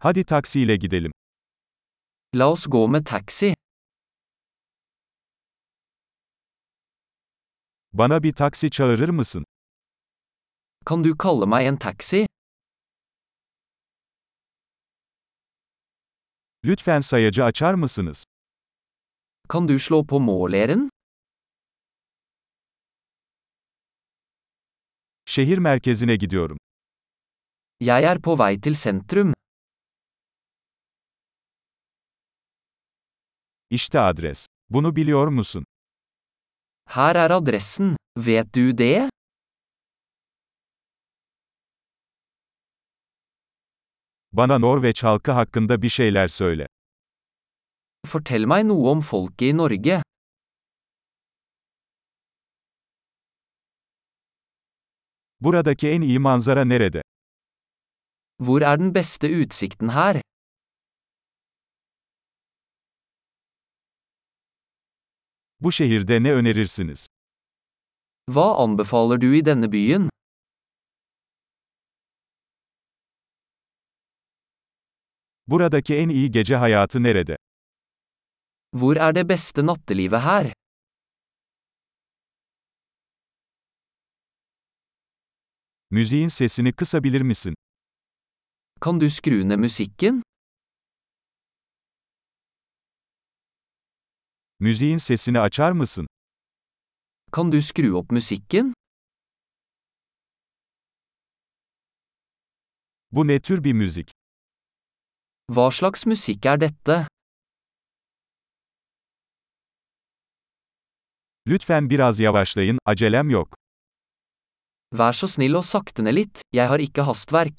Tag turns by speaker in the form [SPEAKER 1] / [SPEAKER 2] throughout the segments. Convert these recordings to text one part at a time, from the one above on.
[SPEAKER 1] Hadi taksiyle gidelim.
[SPEAKER 2] La oss gå med taxi.
[SPEAKER 1] Bana bir taksi çağırır mısın?
[SPEAKER 2] Kan du kalle meg en taxi?
[SPEAKER 1] Lütfen sayacı açar mısınız?
[SPEAKER 2] Kan du slå på måleren?
[SPEAKER 1] Şehir merkezine gidiyorum.
[SPEAKER 2] Jeg er på vei til sentrum.
[SPEAKER 1] İşte adres. Bunu biliyor musun?
[SPEAKER 2] Her er adressen. Vet du det?
[SPEAKER 1] Bana Norveç halkı hakkında bir şeyler söyle.
[SPEAKER 2] Fortell meg noe om folket i Norge.
[SPEAKER 1] Buradaki en iyi manzara nerede?
[SPEAKER 2] Hvor er den beste utsikten her?
[SPEAKER 1] Bu şehirde ne önerirsiniz?
[SPEAKER 2] Hva anbefaler du i denne byen?
[SPEAKER 1] Buradaki en iyi gece hayatı nerede?
[SPEAKER 2] Hvor er det beste nattelivet her?
[SPEAKER 1] Müziğin sesini kısabilir misin?
[SPEAKER 2] Kan du skru ned musikken?
[SPEAKER 1] Müziğin sesini açar mısın?
[SPEAKER 2] Kan du skru opp musikken?
[SPEAKER 1] Bu ne tür bir müzik?
[SPEAKER 2] Hva slags musikk er dette?
[SPEAKER 1] Lütfen biraz yavaşlayın, acelem yok.
[SPEAKER 2] Vær så snill og sakte ned litt, jeg har ikke hastverk.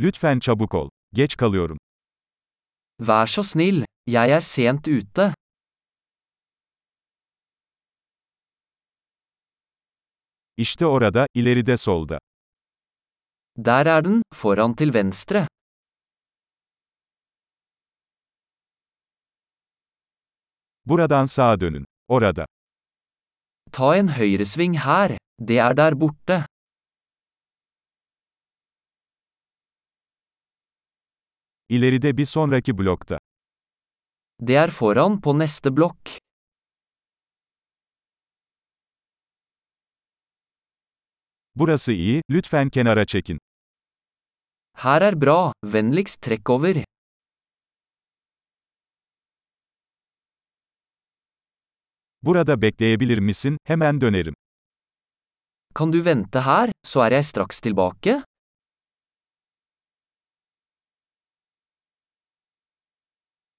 [SPEAKER 1] Lütfen çabuk ol. Geç kalıyorum.
[SPEAKER 2] Vær så snill, jeg er sent ute.
[SPEAKER 1] İşte orada, ileride solda.
[SPEAKER 2] Der er den, foran til venstre.
[SPEAKER 1] Buradan sağa dönün. Orada.
[SPEAKER 2] Ta en høyresving her. Det er der borte.
[SPEAKER 1] İleride bir sonraki blokta.
[SPEAKER 2] Det er foran på neste blokk.
[SPEAKER 1] Burası iyi, lütfen kenara çekin.
[SPEAKER 2] Her er bra, vennligst trekk over.
[SPEAKER 1] Burada bekleyebilir misin? Hemen dönerim.
[SPEAKER 2] Kan du vente her, så er jeg straks tilbake?